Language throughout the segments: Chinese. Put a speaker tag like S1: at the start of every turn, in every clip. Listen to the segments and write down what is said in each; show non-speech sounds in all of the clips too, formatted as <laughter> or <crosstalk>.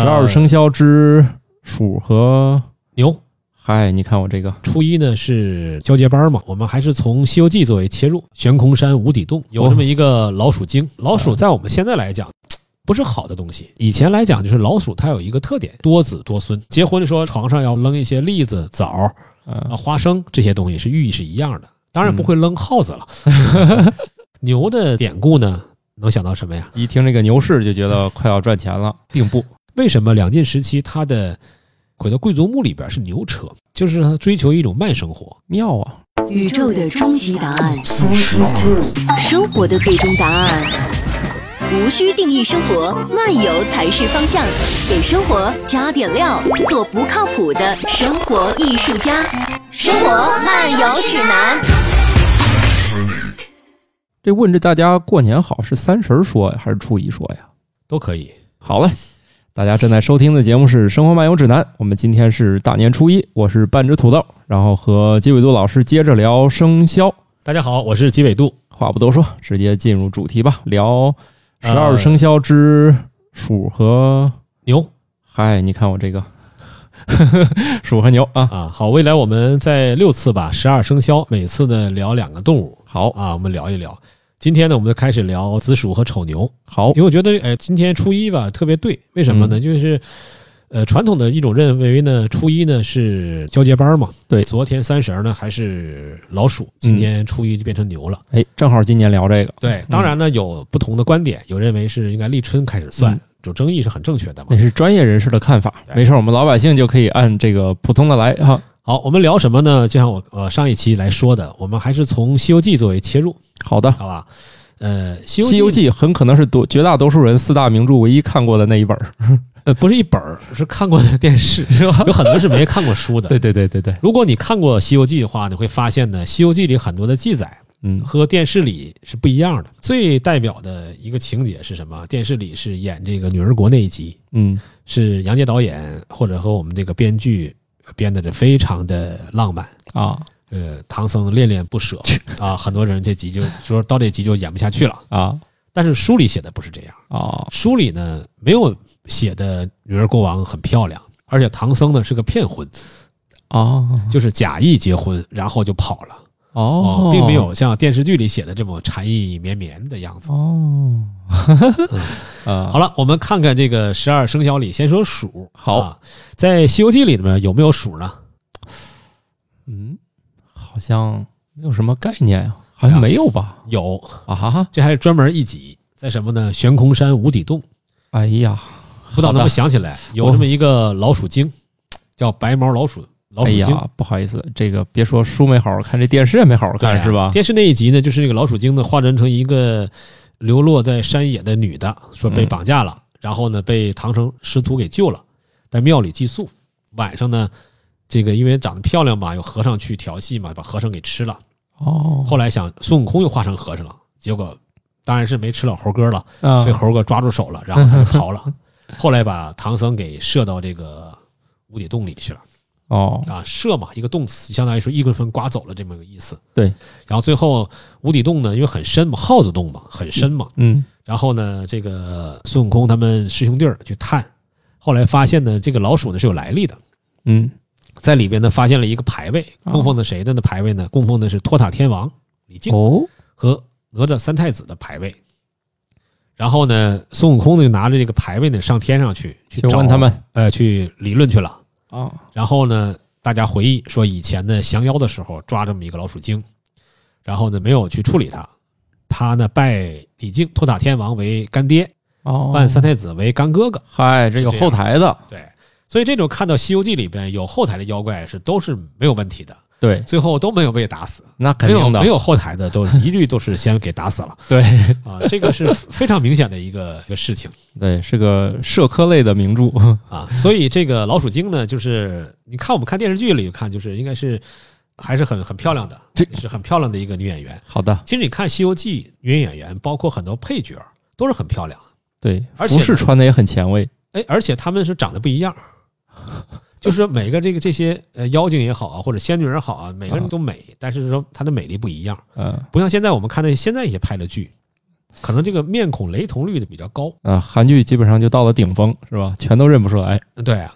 S1: 十二
S2: 呃
S1: 生肖之鼠和
S2: 牛。
S1: 嗨，你看我这个
S2: 初一呢是交接班嘛，我们还是从《西游记》作为切入，悬空山无底洞有这么一个老鼠精。哦老鼠在我们现在来讲。不是好的东西。以前来讲，就是老鼠它有一个特点，多子多孙。结婚的时候，床上要扔一些栗子、枣儿啊、
S1: 啊，
S2: 花生这些东西，是寓意是一样的。当然不会扔耗子了。嗯 <laughs> 牛的典故呢，能想到什么呀？
S1: 一听这个牛市就觉得快要赚钱了，并不
S2: 为什么两晋时期它的回到贵族墓里边是牛车？就是它追求一种慢生活。
S1: 妙啊！
S3: 宇宙的终极答案，生活的最终答案。无需定义生活，漫游才是方向。给生活加点料，做不靠谱的生活艺术家。生活漫游指南。
S1: 这问这大家过年好是三十儿说呀，还是初一说呀？
S2: 都可以，
S1: 好嘞，大家正在收听的节目是《生活漫游指南》，我们今天是大年初一，我是半只土豆，然后和鸡尾杜老师接着聊生肖。
S2: 大家好，我是吉纬度。
S1: 话不多说，直接进入主题吧，聊十二
S2: 呃
S1: 生肖之鼠和
S2: 牛
S1: <laughs> 嗨，你看我这个鼠和牛啊，
S2: 啊，好，未来我们在六次吧，十二生肖，每次呢聊两个动物
S1: 好
S2: 啊，我们聊一聊。今天呢，我们就开始聊子鼠和丑牛，
S1: 好嗯
S2: 因为我觉得，哎，今天初一吧特别对，为什么呢？就是，呃，传统的一种认为呢，初一呢是交接班嘛，
S1: 对
S2: 昨天三十儿呢还是老鼠，今天初一就变成牛了。
S1: 哎，正好今年聊这个，
S2: 对，当然呢有不同的观点，有认为是应该立春开始算
S1: 嗯，
S2: 有争议是很正确的嘛
S1: 那。是专业人士的看法，
S2: 对
S1: 没事，我们老百姓就可以按这个普通的来哈。
S2: 好，我们聊什么呢？就像我呃上一期来说的，我们还是从《西游记》作为切入，
S1: 好的，
S2: 好吧？呃，《西
S1: 《
S2: 游
S1: 西游记》很可能是多绝大多数人四大名著唯一看过的那一本儿，
S2: 呃不是一本儿，是看过的
S1: <laughs>
S2: 电视，有很多是没看过书的。
S1: 对对对对对，
S2: 如果你看过《西游记》的话，你会发现呢，《西游记》里很多的记载
S1: 嗯，
S2: 和电视里是不一样的。最代表的一个情节是什么？电视里是演这个女儿国那一集，
S1: 嗯，
S2: 是杨洁导演或者和我们这个编剧编的，这非常的浪漫。
S1: 啊
S2: 呃，唐僧恋恋
S1: <laughs>
S2: 不舍啊，很多人这集就说到这集就演不下去了。
S1: 啊
S2: 但是书里写的不是这样，
S1: 啊，
S2: 书里呢没有写的女儿国王很漂亮，而且唐僧呢是个骗婚，
S1: 哦
S2: 就是假意结婚，然后就跑了，
S1: 哦，
S2: 并没有像电视剧里写的这么禅意绵绵的样子。 <laughs>
S1: 哦，啊，
S2: 好了，我们看看这个十二生肖里，先说鼠。
S1: 好
S2: 啊在《西游记》里面有没有鼠呢？
S1: 嗯，好像没有什么概念呀，好像没有吧？
S2: 有，
S1: 啊哈，
S2: 这还是专门一集，在什么呢？悬空山无底洞。
S1: 哎呀，
S2: 不倒
S1: 好的
S2: 能不想起来，有这么一个老鼠精，叫白毛老鼠老
S1: 哎
S2: 鼠精。啊
S1: 呀，不好意思，这个别说书没好好看，这电视也没好好
S2: 对啊
S1: 看，是吧？
S2: 电视那一集呢，就是这个老鼠精呢化妆成一个流落在山野的女的，说被
S1: 嗯
S2: 绑架了，然后呢被唐僧师徒给救了，在庙里寄宿。晚上呢，这个因为长得漂亮嘛，有和尚去调戏嘛，把和尚给吃了。
S1: 哦，
S2: 后来想孙悟空又化成和尚了，结果当然是没吃了猴哥了，
S1: 啊
S2: 被猴哥抓住手了，然后他就
S1: <laughs>
S2: 逃了。后来把唐僧给射到这个无底洞里去了。
S1: 哦，
S2: 啊，射嘛，一个动词，相当于说一公分刮走了这么个意思。
S1: 对，
S2: 然后最后无底洞呢，因为很深嘛，耗子洞嘛，很深嘛。
S1: 嗯，
S2: 然后呢，这个孙悟空他们师兄弟儿去探，后来发现呢，这个老鼠呢是有来历的，
S1: 嗯，
S2: 在里边呢发现了一个牌位，
S1: 啊
S2: 供奉的谁的呢牌位呢？供奉的是托塔天王李靖
S1: 哦，
S2: 和哪吒三太子的牌位。然后呢，孙悟空呢就拿着这个牌位呢上天上去去
S1: 就
S2: 找
S1: 问他，们
S2: 呃，去理论去了。
S1: 啊，
S2: 然后呢，大家回忆说以前呢降妖的时候抓这么一个老鼠精，然后呢没有去处理它，他呢拜李靖托塔天王为干爹，
S1: 哦，
S2: 拜三太子为干哥哥。
S1: 嗨，这有
S2: 是这
S1: 后
S2: 样
S1: 台的，
S2: 对，所以这种看到《西游记》里边有后台的妖怪是都是没有问题的，
S1: 对，
S2: 最后都没有被打死，
S1: 那肯
S2: 没有
S1: 定的，
S2: 没有后台的都一律都是先给打死
S1: <laughs>
S2: 了
S1: 对
S2: 啊，这个是非常明显的一个一个事情
S1: 对，是个社科类的名著， <laughs>
S2: 啊。所以这个老鼠精呢，就是你看我们看电视剧里看，就是应该是还是很很漂亮的，
S1: 这
S2: 是很漂亮的一个女演员。
S1: 好的，
S2: 其实你看《西游记》，女演员包括很多配角都是很漂亮，
S1: 对，
S2: 而且
S1: 服
S2: 呢
S1: 饰穿的也很前卫，
S2: 哎，而且她们是长得不一样， <laughs> 就是说每个这个这些呃妖精也好啊，或者仙女也好啊，每个人都美，但是说她的美丽不一样，
S1: 嗯，
S2: 不像现在我们看的现在一些拍的剧，可能这个面孔雷同率的比较高。
S1: 啊，韩剧基本上就到了顶峰，是吧？全都认不出来。
S2: 对啊，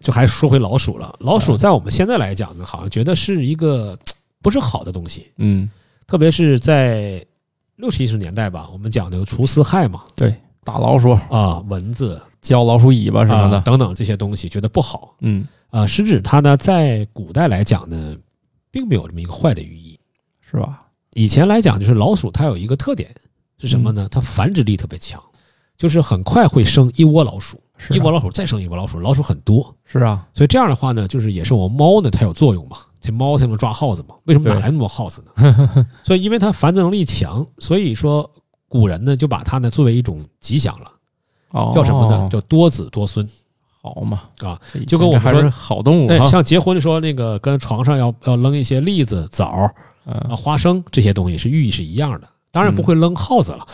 S2: 就还说回老鼠了。老
S1: 嗯
S2: 鼠在我们现在来讲呢，好像觉得是一个不是好的东西，
S1: 嗯，
S2: 特别是在六七十年代吧，我们讲那个除四害嘛，
S1: 大老鼠、
S2: 啊，蚊子
S1: 嚼老鼠尾巴什么的，
S2: 啊等等这些东西，觉得不好
S1: 嗯，
S2: 啊。食指它呢，在古代来讲呢，并没有这么一个坏的寓意。
S1: 是吧？
S2: 以前来讲，就是老鼠它有一个特点是什么
S1: 嗯
S2: 呢？它繁殖力特别强，就是很快会生一窝老鼠，
S1: 是
S2: 一窝
S1: 啊，
S2: 老鼠再生一窝老鼠，老鼠很多。
S1: 是啊，
S2: 所以这样的话呢，就是也是我们猫呢，它有作用嘛，这猫才能抓耗子嘛。为什么
S1: 对
S2: 哪来那么多耗子呢？ <laughs> 所以因为它繁殖能力强，所以说古人呢就把它呢作为一种吉祥了，
S1: 哦，
S2: 叫什么呢？叫多子多孙。
S1: 好嘛
S2: 啊，
S1: 以
S2: 就跟我
S1: 前这
S2: 们
S1: 还
S2: 说
S1: 是好动物啊
S2: 对，
S1: 哈，
S2: 哎像结婚的时候，那个跟床上要要扔一些栗子、枣儿啊、 <laughs>
S1: 嗯，
S2: 花生这些东西，是寓意是一样的。当然不会扔耗子了。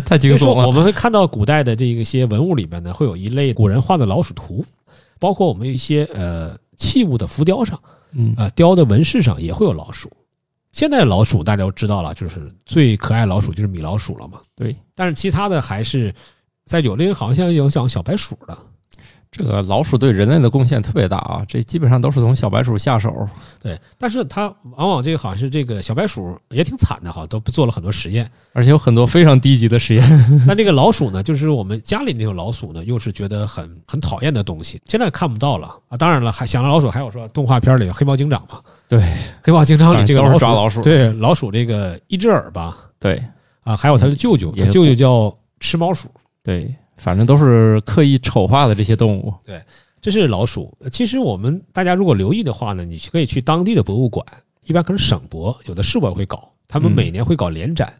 S1: 太嗯
S2: 所
S1: 惊
S2: 以说，
S1: 悚啊了，
S2: 我们会看到古代的这一些文物里边呢，会有一类古人画的老鼠图，包括我们一些呃器物的浮雕上，
S1: 嗯，
S2: 呃雕的纹饰上也会有老鼠。现在老鼠大家都知道了，就是最可爱老鼠就是米老鼠了嘛。
S1: 对，
S2: 但是其他的还是在有的好像有像小白鼠的，
S1: 这个老鼠对人类的贡献特别大啊，这基本上都是从小白鼠下手，
S2: 对，但是它往往这个好像是这个小白鼠也挺惨的哈，都做了很多实
S1: <laughs>
S2: 验。
S1: 而且有很多非常低级的实验，
S2: 但这个老鼠呢，就是我们家里那种老鼠呢，又是觉得很很讨厌的东西，现在看不到了啊。当然了，还想到老鼠，还有说动画片里有黑猫警长嘛，
S1: 对，
S2: 黑猫警长里
S1: 反
S2: 这
S1: 正
S2: 个
S1: 都
S2: 老
S1: 是
S2: 鼠，
S1: 抓老鼠，
S2: 对老鼠这个一只耳吧
S1: 对
S2: 啊，还有它的舅舅，
S1: 嗯也
S2: 它舅舅叫吃猫鼠，
S1: 对，反正都是刻意丑化的这些动物，
S2: 这是老鼠。呃其实我们大家如果留意的话呢，你可以去当地的博物馆，一般可能省博有的市博会搞，他们
S1: 嗯
S2: 每年会搞联展，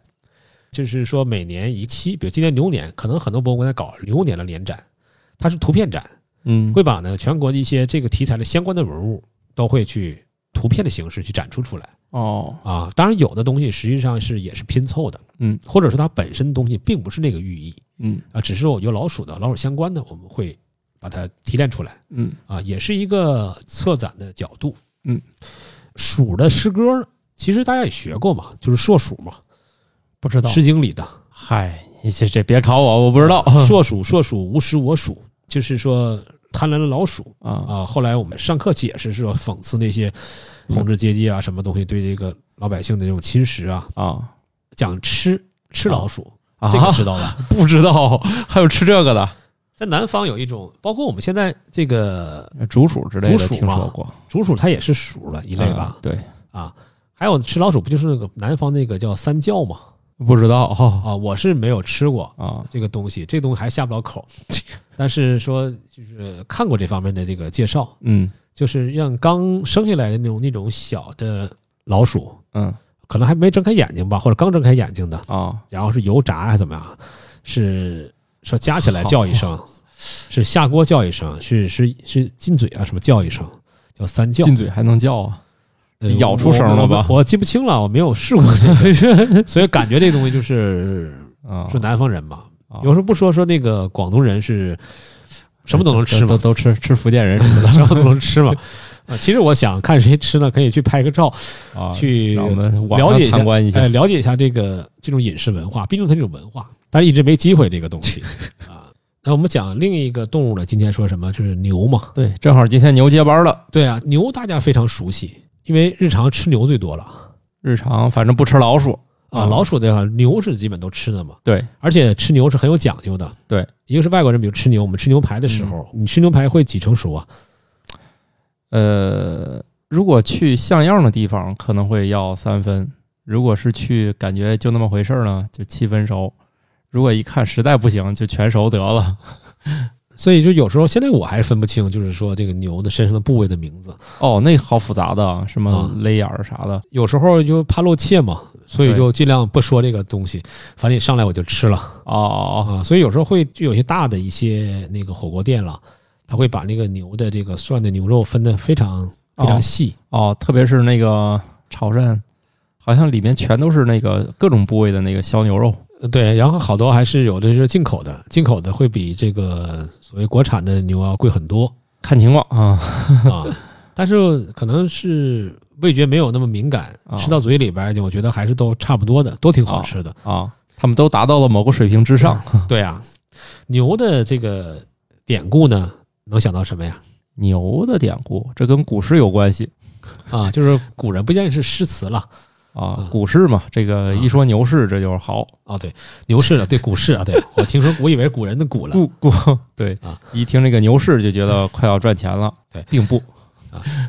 S2: 就是说每年一期，比如今年牛年，可能很多博物馆在搞牛年的联展，它是图片展，
S1: 嗯，
S2: 会把呢全国的一些这个题材的相关的文物都会去图片的形式去展出出来
S1: 哦，
S2: 啊。当然，有的东西实际上是也是拼凑的，
S1: 嗯，
S2: 或者说它本身东西并不是那个寓意
S1: 嗯
S2: 啊，只是说有老鼠的老鼠相关的，我们会把它提炼出来。
S1: 嗯，
S2: 啊，也是一个策展的角度。
S1: 嗯，
S2: 鼠的诗歌其实大家也学过嘛，就是硕鼠嘛，
S1: 不知道，
S2: 《诗经》里的
S1: 嗨，你这这别考我，我不知道，
S2: “硕鼠，硕鼠，无食我鼠”，就是说贪婪的老鼠
S1: 啊，
S2: 啊。后来我们上课解释是说讽刺那些
S1: 嗯
S2: 统治阶级啊，什么东西对这个老百姓的这种侵蚀啊，
S1: 啊
S2: 讲吃吃老鼠，
S1: 啊，
S2: 这个知道吧？ <laughs>
S1: 不知道 <laughs> 还有吃这个的，
S2: 在南方有一种，包括我们现在这个
S1: 竹鼠之类的
S2: 竹鼠
S1: 听
S2: 嘛
S1: 说过，
S2: 竹鼠，它也是鼠了一类吧
S1: 啊？？对，
S2: 啊，还有吃老鼠不就是那个南方那个叫三叫嘛？
S1: 不知道哈
S2: 啊，我是没有吃过
S1: 啊，
S2: 这个东西，这个东西还下不
S1: <laughs>
S2: 了口。但是说就是看过这方面的这个介绍，
S1: 嗯
S2: 就是让刚生下来的那种那种小的老鼠，
S1: 嗯
S2: 可能还没睁开眼睛吧，或者刚睁开眼睛的，
S1: 啊，
S2: 然后是油炸还是怎么样，是说夹起来叫一声，是下锅叫一声，是是是进嘴啊什么叫一声，叫三叫，
S1: 进嘴还能叫啊，
S2: 呃
S1: 咬出声了吧
S2: 我我我记不清了，我没有试过这个 <laughs> 所以感觉这东
S1: <laughs>
S2: 西就是
S1: 啊，
S2: 说南方人嘛，
S1: 啊
S2: 有时候不说说那个广东人是什么都能吃
S1: 都
S2: 嘛，
S1: 都吃吃福建人
S2: <laughs>
S1: 似
S2: 什么都能吃嘛。啊，其实我想看谁吃呢，可以去拍个照，
S1: 的啊，
S2: 去
S1: 让我们网
S2: 了
S1: 上
S2: 解一下
S1: 参观一下
S2: 哎，，了解一下这个这种饮食文化，毕竟它这种文化，但是一直没机会这个东 <laughs> 西啊。那我们讲另一个动物呢，今天说什么？就是牛嘛。
S1: 对，正好今天牛接班了，
S2: 对啊，牛大家非常熟悉，因为日常吃牛最多了
S1: 日常反正不吃老鼠，
S2: 啊。
S1: 嗯
S2: 老鼠的话牛是基本都吃的嘛。
S1: 对，
S2: 而且吃牛是很有讲究的。
S1: 对，
S2: 一个是外国人，比如吃牛，我们吃牛排的时候，你吃牛排会几成熟啊？
S1: 呃，如果去像样的地方可能会要三分，如果是去感觉就那么回事儿呢，就七分熟。如果一看实在不行，就全熟得了。
S2: 所以就有时候现在我还分不清，就是说这个牛的身上的部位的名字，
S1: 哦，那好复杂的啊，什么
S2: 啊
S1: 勒眼儿啥的。
S2: 有时候就怕露怯嘛，所以
S1: 对
S2: 就尽量不说这个东西，反正一上来我就吃了
S1: 哦哦
S2: 啊。所以有时候会就有些大的一些那个火锅店了，他会把那个牛的这个涮的牛肉分得非常非常细，
S1: 哦哦，特别是那个潮汕，好像里面全都是那个各种部位的那个小牛肉。
S2: 呃对，然后好多还是有的是进口的，进口的会比这个所谓国产的牛要贵
S1: <laughs>
S2: 很多
S1: 看情况啊，
S2: 啊，但是可能是。味觉没有那么敏感
S1: 啊，
S2: 吃到嘴里边儿就我觉得还是都差不多的，都挺好
S1: 啊
S2: 吃的。
S1: 啊，他们都达到了某个水平之上。
S2: 对啊，牛的这个典故呢，能想到什么呀？
S1: 牛的典故，这跟股市有关系
S2: 啊，就是古人不仅仅是诗词了
S1: 啊，股市嘛，这个一说牛市，这就是好。
S2: 啊，对，牛市了，对股市啊，对我听说，我以为古人的
S1: <laughs>
S2: 古了
S1: 股股对
S2: 啊，
S1: 一听这个牛市就觉得快要赚钱了，
S2: 对
S1: 并不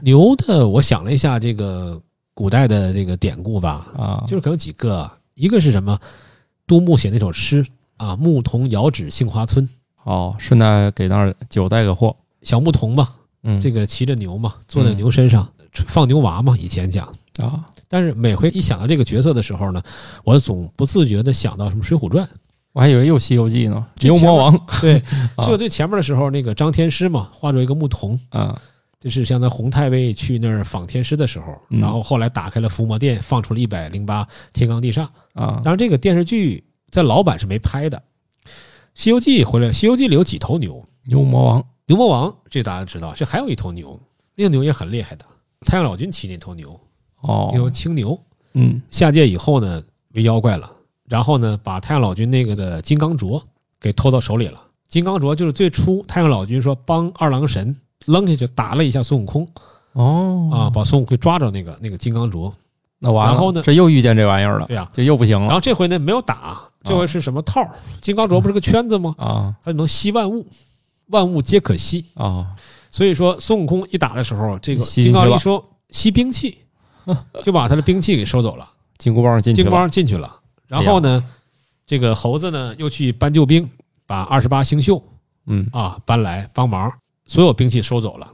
S2: 牛的，我想了一下这个古代的这个典故吧，
S1: 啊，
S2: <laughs> 就是可能有几个啊，一个是什么？杜牧写那首诗啊，“牧童遥指杏花村
S1: 好，顺带给那儿酒带个货，”，
S2: 小牧童嘛，
S1: 嗯，
S2: 这个骑着牛嘛，坐在牛身上、放牛娃嘛，以前讲。
S1: 啊，
S2: 但是每回一想到这个角色的时候呢，我总不自觉的想到什么《水浒传
S1: 我还以为又《西游记》
S2: <laughs>
S1: 呢，《
S2: 就
S1: 牛魔王》》。
S2: 对，
S1: 啊
S2: 所以我对前面的时候，那个张天师嘛，画着一个牧童，
S1: <laughs> 啊，
S2: 就是像他洪太尉去那儿访天师的时候，
S1: 嗯
S2: 然后后来打开了伏魔殿，放出了一百零八天罡地煞。
S1: 啊，
S2: 当然，这个电视剧在老版是没拍的，《西游记》回来，《西游记》里有几头牛，
S1: 牛魔王
S2: 牛魔王这大家知道，这还有一头牛，那个牛也很厉害的，太阳老君骑那头牛，那头
S1: 哦，
S2: 青牛。
S1: 嗯
S2: 下界以后呢，为妖怪了，然后呢，把太阳老君那个的金刚镯给偷到手里了。金刚镯就是最初太阳老君说帮二郎神扔下去打了一下孙悟空
S1: 哦
S2: 啊，把孙悟空抓着那个那个金刚镯。
S1: 那完了，
S2: 然后呢
S1: 这又遇见这玩意儿了，
S2: 对呀
S1: 这又不行
S2: 然
S1: 了
S2: 后这回呢没有打，这回是什么套儿？
S1: 嗯
S2: 金刚镯不是个圈子吗？
S1: 啊
S2: 它能吸万物，万物皆可吸。
S1: 啊，
S2: 所以说，孙悟空一打的时候，这个
S1: 吸进
S2: 金
S1: 去了
S2: 刚一说吸兵器，就把他的兵器给收走了，
S1: 金箍棒进去
S2: 金
S1: 了，
S2: 光进去了。然后呢，这个猴子呢又去搬救兵，把二十八星宿
S1: 嗯
S2: 啊搬来帮忙，所有兵器收走了。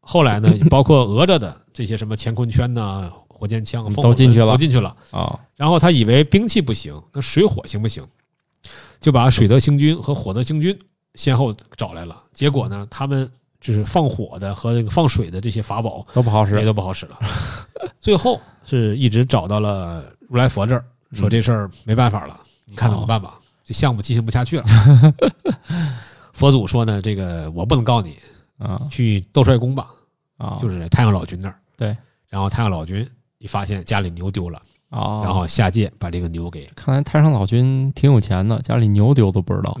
S2: 后来
S1: <laughs>
S2: 呢，包括讹着的这些什么乾坤圈呐、火箭枪啊，
S1: 嗯
S2: 风
S1: 都进去了
S2: 都进去了。
S1: 啊
S2: 然后他以为兵器不行，那水火行不行？就把水德星君和火德星君先后找来了。结果呢，他们就是放火的和这个放水的这些法宝
S1: 都不好使
S2: 也都不好使了。 <laughs> 最后是一直找到了如来佛这儿，
S1: 嗯
S2: 说这事儿没办法了，你看怎么办
S1: 哦
S2: 吧？这项目进行不下
S1: <laughs>
S2: 去了。佛祖说呢，这个我不能告你，
S1: 啊
S2: 去斗帅宫吧，
S1: 啊，
S2: 就是太阳老君那儿。
S1: 对，
S2: 然后太阳老君一发现家里牛丢了，
S1: 啊，
S2: 然后下界把这个牛给
S1: 看来太上老君挺有钱的，家里牛丢都不知道，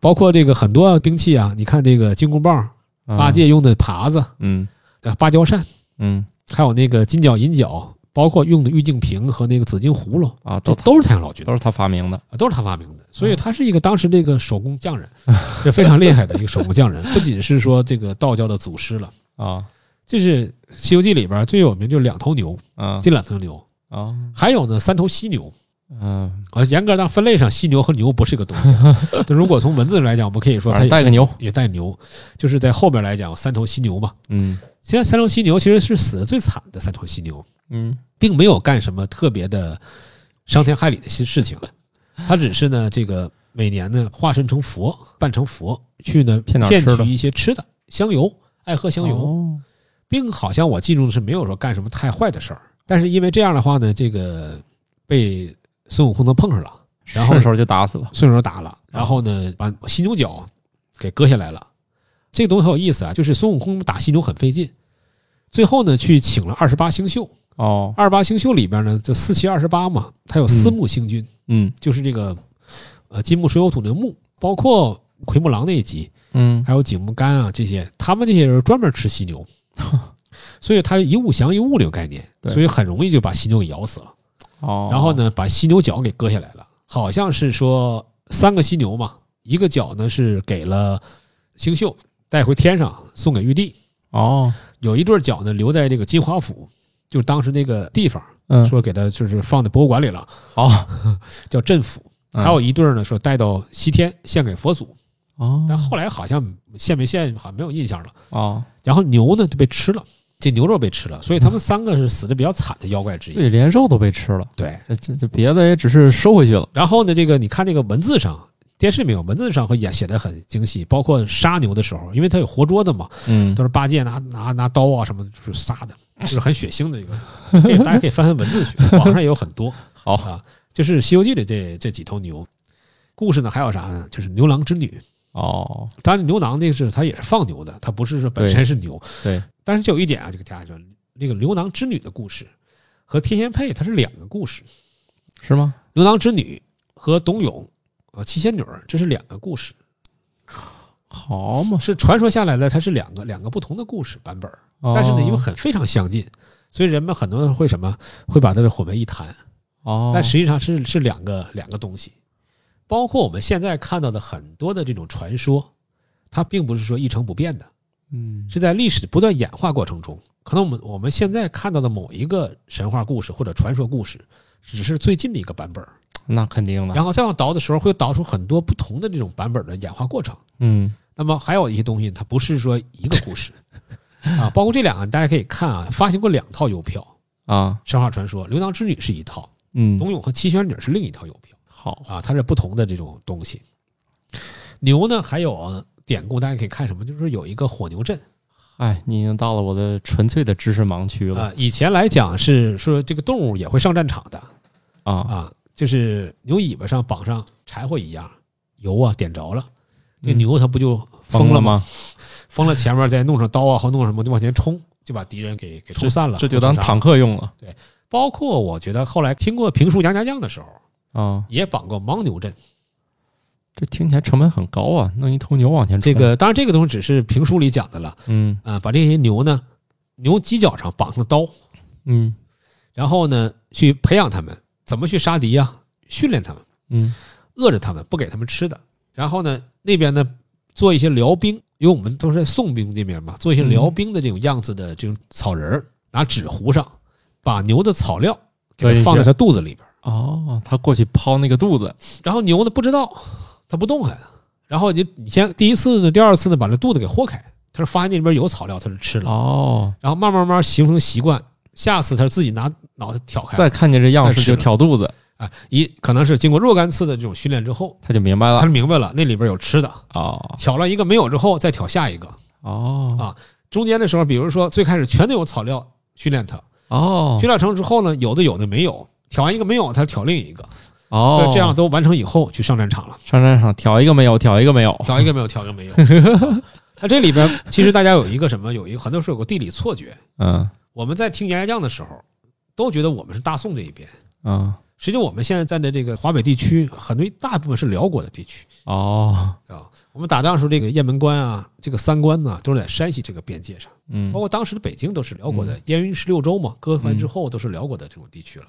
S2: 包括这个很多兵器啊，你看这个金箍棒、
S1: 嗯
S2: 八，戒用的耙子、
S1: 嗯
S2: 呃芭蕉扇，
S1: 嗯
S2: 还有那个金角银角，包括用的玉净瓶和那个紫金葫芦，
S1: 啊，都
S2: 这都是太阳老君
S1: 都是他发明的，
S2: 啊都是他发明的。所
S1: 嗯
S2: 以他是一个当时这个手工匠人，是非常厉害的一个手工匠人，不仅是说这个道教的祖师了。
S1: 啊
S2: 这是《西游记》里边最有名就是两头牛，
S1: 啊
S2: 这两头牛，
S1: 啊
S2: 还有呢三头犀牛
S1: 嗯，
S2: 啊。严格当分类上，犀牛和牛不是一个东西。
S1: <laughs>
S2: 就如果从文字上来讲，我们可以说
S1: 反
S2: 它也
S1: 正
S2: 是
S1: 带个牛，
S2: 也带牛，就是在后边来讲三头犀牛嘛。
S1: 嗯
S2: 现在三头犀牛其实是死的最惨的三头犀牛，
S1: 嗯
S2: 并没有干什么特别的伤天害理的新事情，它只是呢这个每年呢化身成佛，扮成佛去呢
S1: 骗点
S2: 骗
S1: 吃的
S2: 取一些吃的香油，爱喝香油，
S1: 哦
S2: 并好像我记住的是没有说干什么太坏的事儿，但是因为这样的话呢，这个被孙悟空能碰上了，然后
S1: 顺手就打死了，
S2: 顺手打
S1: 啊
S2: 了，然后呢，把犀牛角给割下来了。这个东西很有意思啊，就是孙悟空打犀牛很费劲，最后呢去请了二十八星宿。
S1: 哦
S2: 二十八星宿里边呢，就四七二十八嘛，它有四木星君，
S1: 嗯
S2: 就是这个呃金木水火土牛木，包括奎木狼那一集，
S1: 嗯
S2: 还有景木干啊这些，他们这些人专门吃
S1: <laughs>
S2: 犀牛，所以他一物降一物这个概念，
S1: 对
S2: 所以很容易就把犀牛给咬死了。
S1: 哦，
S2: 然后呢，把犀牛角给割下来了，好像是说三个犀牛嘛，一个角呢是给了星宿带回天上送给玉帝，
S1: 哦
S2: 有一对角呢留在这个金华府，就是当时那个地方，
S1: 嗯
S2: 说给他就是放在博物馆里了，
S1: 好
S2: 叫镇府。
S1: 嗯
S2: 还有一对呢说带到西天献给佛祖，
S1: 哦
S2: 但后来好像献没献好像没有印象了。
S1: 哦，
S2: 然后牛呢就被吃了，这牛肉被吃了，所以他们三个是死的比较惨的妖怪之一。
S1: 对，连肉都被吃了。
S2: 对，
S1: 这这这别的也只是收回去了。
S2: 然后呢，这个你看这个文字上，电视没有，文字上会也写的很精细，包括杀牛的时候，因为它有活捉的嘛，
S1: 嗯
S2: 都是八戒拿拿拿刀啊什么的，就是杀的，就是很血腥的这个。可以大家可以翻翻文字去，网上也有很多。
S1: <laughs> 好
S2: 啊，就是《西游记》里这这几头牛。故事呢还有啥呢？就是牛郎织女。
S1: 哦，
S2: 当然，牛郎那个是它也是放牛的，它不是说本身是牛。
S1: 对对
S2: 但是就有一点啊，这个大家说，那个牛郎织女的故事和天仙配它是两个故事。
S1: 是吗？
S2: 牛郎织女和董永啊七仙女儿，这是两个故事，
S1: 好嘛，
S2: 是传说下来的，它是两个两个不同的故事版本儿，
S1: 哦
S2: 但是呢，因为很非常相近，所以人们很多人会什么会把它们混为一谈，
S1: 哦，
S2: 但实际上是是两个两个东西。包括我们现在看到的很多的这种传说，它并不是说一成不变的，
S1: 嗯
S2: 是在历史不断演化过程中，可能我们我们现在看到的某一个神话故事或者传说故事，只是最近的一个版本儿，
S1: 那肯定的，
S2: 然后再往倒的时候，会倒出很多不同的这种版本的演化过程。
S1: 嗯
S2: 那么还有一些东西，它不是说一个故事啊，包括这两个，大家可以看啊，发行过两套邮票，
S1: 啊，
S2: 神话传说《牛郎织女》是一套，
S1: 嗯，
S2: 董永和七仙女是另一套邮票
S1: 好，
S2: 啊，它是不同的这种东西。牛呢，还有啊典故，大家可以看什么，就是有一个火牛阵。
S1: 哎，你已经到了我的纯粹的知识盲区了
S2: 啊，以前来讲是说这个动物也会上战场的
S1: 啊，
S2: 啊，就是牛尾巴上绑上柴火一样，油啊点着了，这
S1: 嗯
S2: 牛它不就
S1: 疯
S2: 疯了吗？
S1: 吗？
S2: 疯了前面再弄上刀啊，或弄什么就往前冲，就把敌人给给冲散了，
S1: 这就
S2: 或者
S1: 当
S2: 杀
S1: 坦。克用了
S2: 包括我觉得后来听过评述杨家将的时候，
S1: 啊，
S2: 也绑过牦牛阵。
S1: 这听起来成本很高啊，弄一头牛往前冲
S2: 这，个当然这个东西只是评书里讲的了
S1: 嗯
S2: 啊，把这些牛呢，牛犄角上绑上刀，
S1: 嗯
S2: 然后呢去培养它们怎么去杀敌呀、训练它们。
S1: 嗯，
S2: 饿着他们，不给他们吃的。然后呢，那边呢做一些辽兵，因为我们都是在宋兵这边嘛，做一些辽兵的这种样子的这种草人儿，拿纸糊上，把牛的草料给它放在它肚子里边儿。
S1: 哦，他过去抛那个肚子，
S2: 然后牛呢不知道，它不动弹。然后你你先第一次呢，第二次呢，把这肚子给豁开，它是发现那里边有草料，它就吃了。
S1: 哦，
S2: 然后慢慢慢慢形成习惯，下次它自己拿脑袋挑
S1: 哎
S2: 开。
S1: 再看见这样式就挑肚子，
S2: 啊，一可能是经过若干次的这种训练之后，
S1: 他就明白
S2: 它
S1: 了
S2: 是，明白了那里边有吃的，
S1: 啊哦
S2: 挑了一个没有之后，再挑下一个。
S1: 哦
S2: 啊中间的时候，比如说最开始全都有草料训练它，
S1: 哦
S2: 训练成之后呢，有的有的没有，挑完一个没有，才挑另一个，
S1: 哦，
S2: 这样都完成以后去上战场了，
S1: 上战场挑一个没有，挑一个没有，
S2: 挑一个没有，挑一个
S1: <laughs>
S2: 没有。啊那这里边其实大家有一个什么，有一个很多时候有个地理错觉，
S1: 嗯
S2: 我们在听杨家将的时候，都觉得我们是大宋这一边，
S1: 嗯
S2: 实际我们现在站在这个华北地区，很多大部分是辽国的地区
S1: 哦
S2: 啊。我们打仗的时候，这个雁门关啊，这个三关呢、都是在山西这个边界上。
S1: 嗯
S2: 包括当时的北京都是辽国的，燕云十六州嘛，割完之后都是辽国的这种地区了。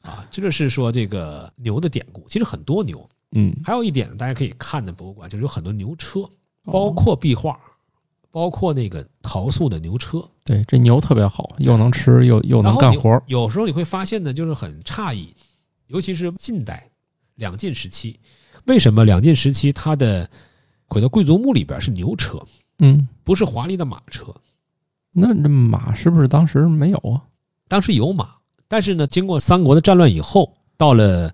S2: 啊，这就是说这个牛的典故，其实很多牛。
S1: 嗯，
S2: 还有一点呢，大家可以看的博物馆就是有很多牛车，包括壁画，包括那个陶塑的牛车，
S1: 对，这牛特别好，又能吃又又
S2: 然
S1: 能
S2: 后
S1: 干
S2: 你
S1: 活儿。
S2: 有时候你会发现呢，就是很诧异，尤其是近代两晋时期，为什么两晋时期它的回到贵族墓里边是牛车，
S1: 嗯，
S2: 不是华丽的马车？
S1: 那这马是不是当时没有啊？
S2: 当时有马，但是呢，经过三国的战乱以后，到了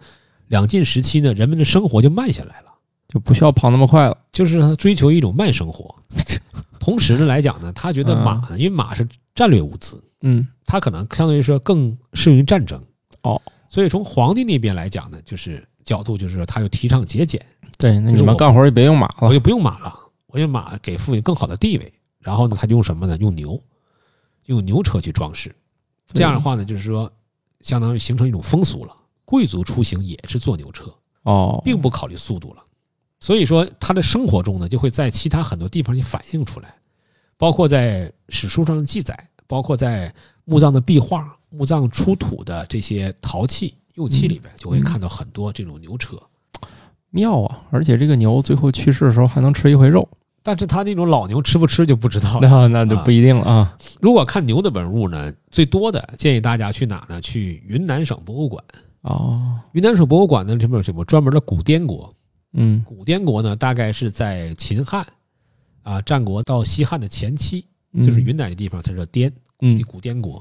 S2: 两晋时期呢，人们的生活就慢下来了，
S1: 就不需要跑那么快了。
S2: 就是他追求一种慢生活。 <laughs> 同时呢来讲呢，他觉得马呢，因为马是战略物资，
S1: 嗯，
S2: 它可能相对于说更适于战争。
S1: 哦，
S2: 所以从皇帝那边来讲呢，就是角度就是说，他就提倡节俭，
S1: 对，那
S2: 就是
S1: 你们
S2: 我
S1: 干活儿也别用马
S2: 我
S1: 了。
S2: 就不用马了，我用马给赋予更好的地位。然后呢，他就用什么呢？用牛，用牛车去装饰。这样的话呢，就是说，相当于形成一种风俗了。贵族出行也是坐牛车，
S1: 哦，
S2: 并不考虑速度了。所以说，他的生活中呢，就会在其他很多地方去反映出来，包括在史书上的记载，包括在墓葬的壁画、墓葬出土的这些陶器、釉器里边，就会看到很多这种牛车。
S1: 妙啊！而且这个牛最后去世的时候还能吃一回肉，
S2: 但是他那种老牛吃不吃就不知道了。
S1: 那那就不一定了啊。
S2: 如果看牛的文物呢，最多的建议大家去哪呢？去云南省博物馆。
S1: 哦，
S2: 云南省博物馆呢，这边有什么专门的古滇国？
S1: 嗯
S2: 古滇国呢，大概是在秦汉啊战国到西汉的前期，
S1: 嗯
S2: 就是云南的地方，它叫滇，
S1: 嗯
S2: 古滇国。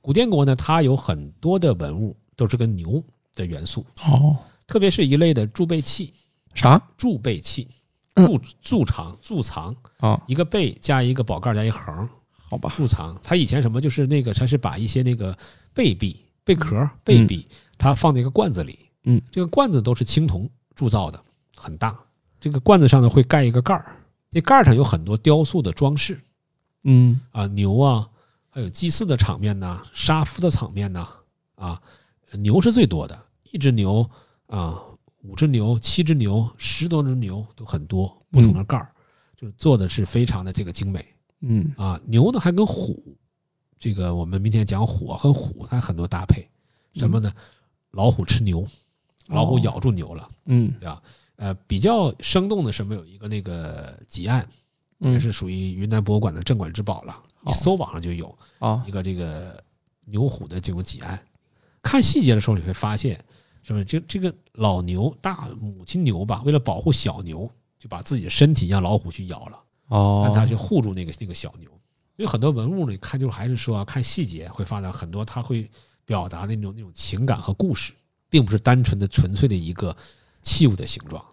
S2: 古滇国呢，它有很多的文物都是跟牛的元素，
S1: 哦
S2: 特别是一类的铸贝器，
S1: 啥
S2: 铸贝器，
S1: 嗯
S2: 铸铸藏铸藏
S1: 啊？
S2: 一个贝加一个宝盖加一横，
S1: 好吧，
S2: 贮藏。它以前什么就是那个，它是把一些那个贝币、贝壳、贝币，它放在一个罐子里。
S1: 嗯，
S2: 这个罐子都是青铜铸造的，很大。这个罐子上呢会盖一个盖儿，这盖儿上有很多雕塑的装饰
S1: 嗯
S2: 啊，牛啊，还有祭祀的场面呐、杀夫的场面呐、啊，牛是最多的，一只牛啊五只牛、七只牛、十多只牛都很多，不同的盖儿，就是做的是非常的这个精美
S1: 嗯
S2: 啊。牛呢还跟虎，这个我们明天讲虎啊和虎，它很多搭配，什么呢？老虎吃牛，老虎
S1: 哦
S2: 咬住牛了，
S1: 嗯
S2: 对吧？呃，比较生动的什么有一个那个吉案，
S1: 嗯
S2: 也是属于云南博物馆的镇馆之宝了，一
S1: 哦
S2: 搜网上就有
S1: 啊
S2: 一个这个牛虎的这种挤案。看细节的时候，你会发现，是不是这这个老牛大母亲牛吧，为了保护小牛，就把自己的身体让老虎去咬了，
S1: 哦
S2: 让，它去护住那个那个小牛。因为很多文物呢，你看就是还是说、啊、看细节会发现很多，它会表达那种那种情感和故事，并不是单纯的纯粹的一个器物的形状。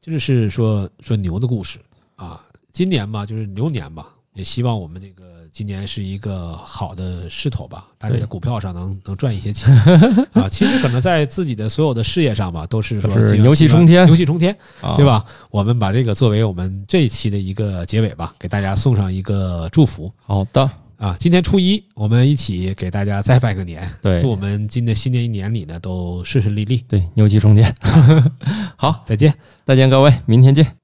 S2: 这就是说说牛的故事啊。今年吧，就是牛年吧，也希望我们这个啊今年是一个好的势头吧，大家在
S1: 对
S2: 股票上能能赚一些钱啊。其实可能在自己的所有的事业上吧，都是说
S1: 就是
S2: 希望
S1: 牛气
S2: 希望
S1: 冲天
S2: 牛气冲天，
S1: 啊
S2: 对？吧？我们把这个作为我们这一期的一个结尾吧，给大家送上一个祝福。
S1: 好的，
S2: 啊，今天初一，我们一起给大家再拜个年。
S1: 对
S2: 祝我们今的新的一年里呢，都顺顺利利。
S1: <laughs> 对，牛气冲天。好，
S2: 再见。
S1: 再见各位，明天见。